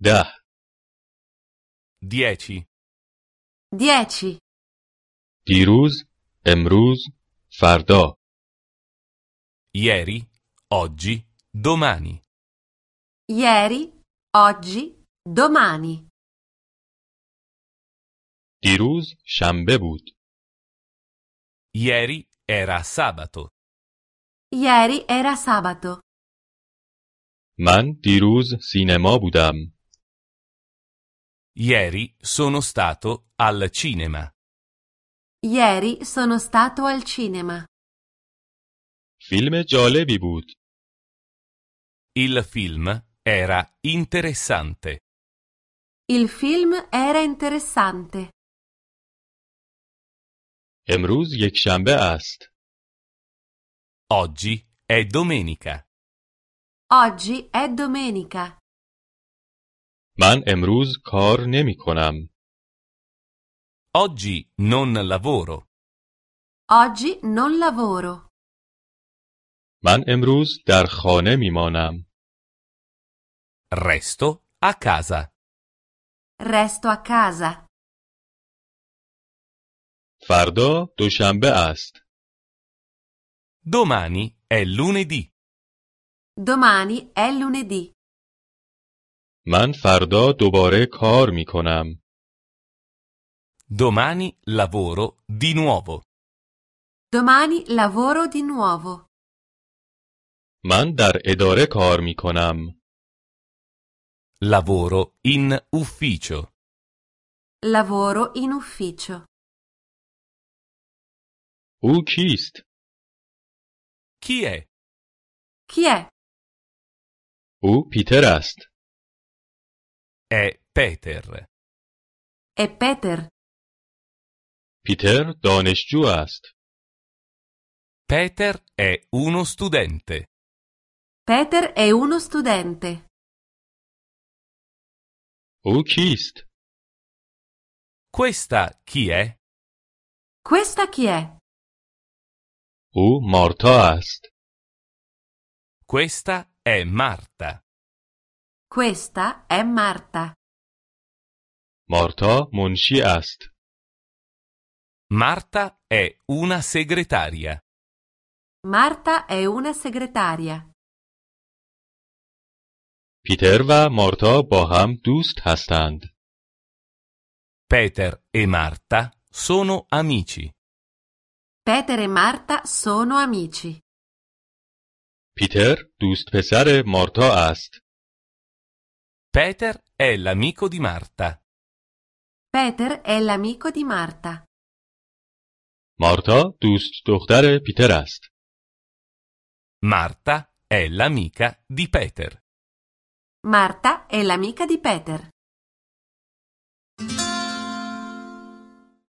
da, 10. 10, دیروز، امروز، فردا، Ieri, oggi, domani. ieri, oggi, domani. دیروز شنبه بود، Ieri era sabato. Ieri era sabato. من دیروز سینما بودم، Ieri sono stato al cinema. Ieri sono stato al cinema. فیلم جالبی بود، Il film era interessante. Il film era interessante. امروز یک شنبه است، Oggi è domenica. Oggi è domenica. من امروز کار نمی کنم، Oggi non lavoro. Oggi non lavoro. من امروز در خانه می مانم، Resto a casa. Resto a casa. فردا دوشنبه است، Domani è lunedì. Domani è lunedì. من فردا دوباره کار می کنم، Domani lavoro di nuovo. Domani lavoro di nuovo. من در اداره کار می کنم، Lavoro in ufficio. Lavoro in ufficio. او کیست؟ Chi è? Chi è? او پیتر است، È Peter. È Peter. پیتر دانشجو است، Peter è uno studente. Peter è uno studente. او کیست؟ Questa chi è? Questa chi è? او مارتا است. Questa è Marta. Questa è Marta. مارتا منشی است. Marta è una segretaria. Marta è una segretaria. پیتر و مارتا با هم دوست هستند. Peter e Marta sono amici. Peter e Marta sono amici. پیتر دوست پسر مارتا است. Peter è l'amico di Marta. Peter è l'amico di Marta. مارتا دوست دختر پیتر است. Marta è l'amica di Peter. Marta è l'amica di Peter.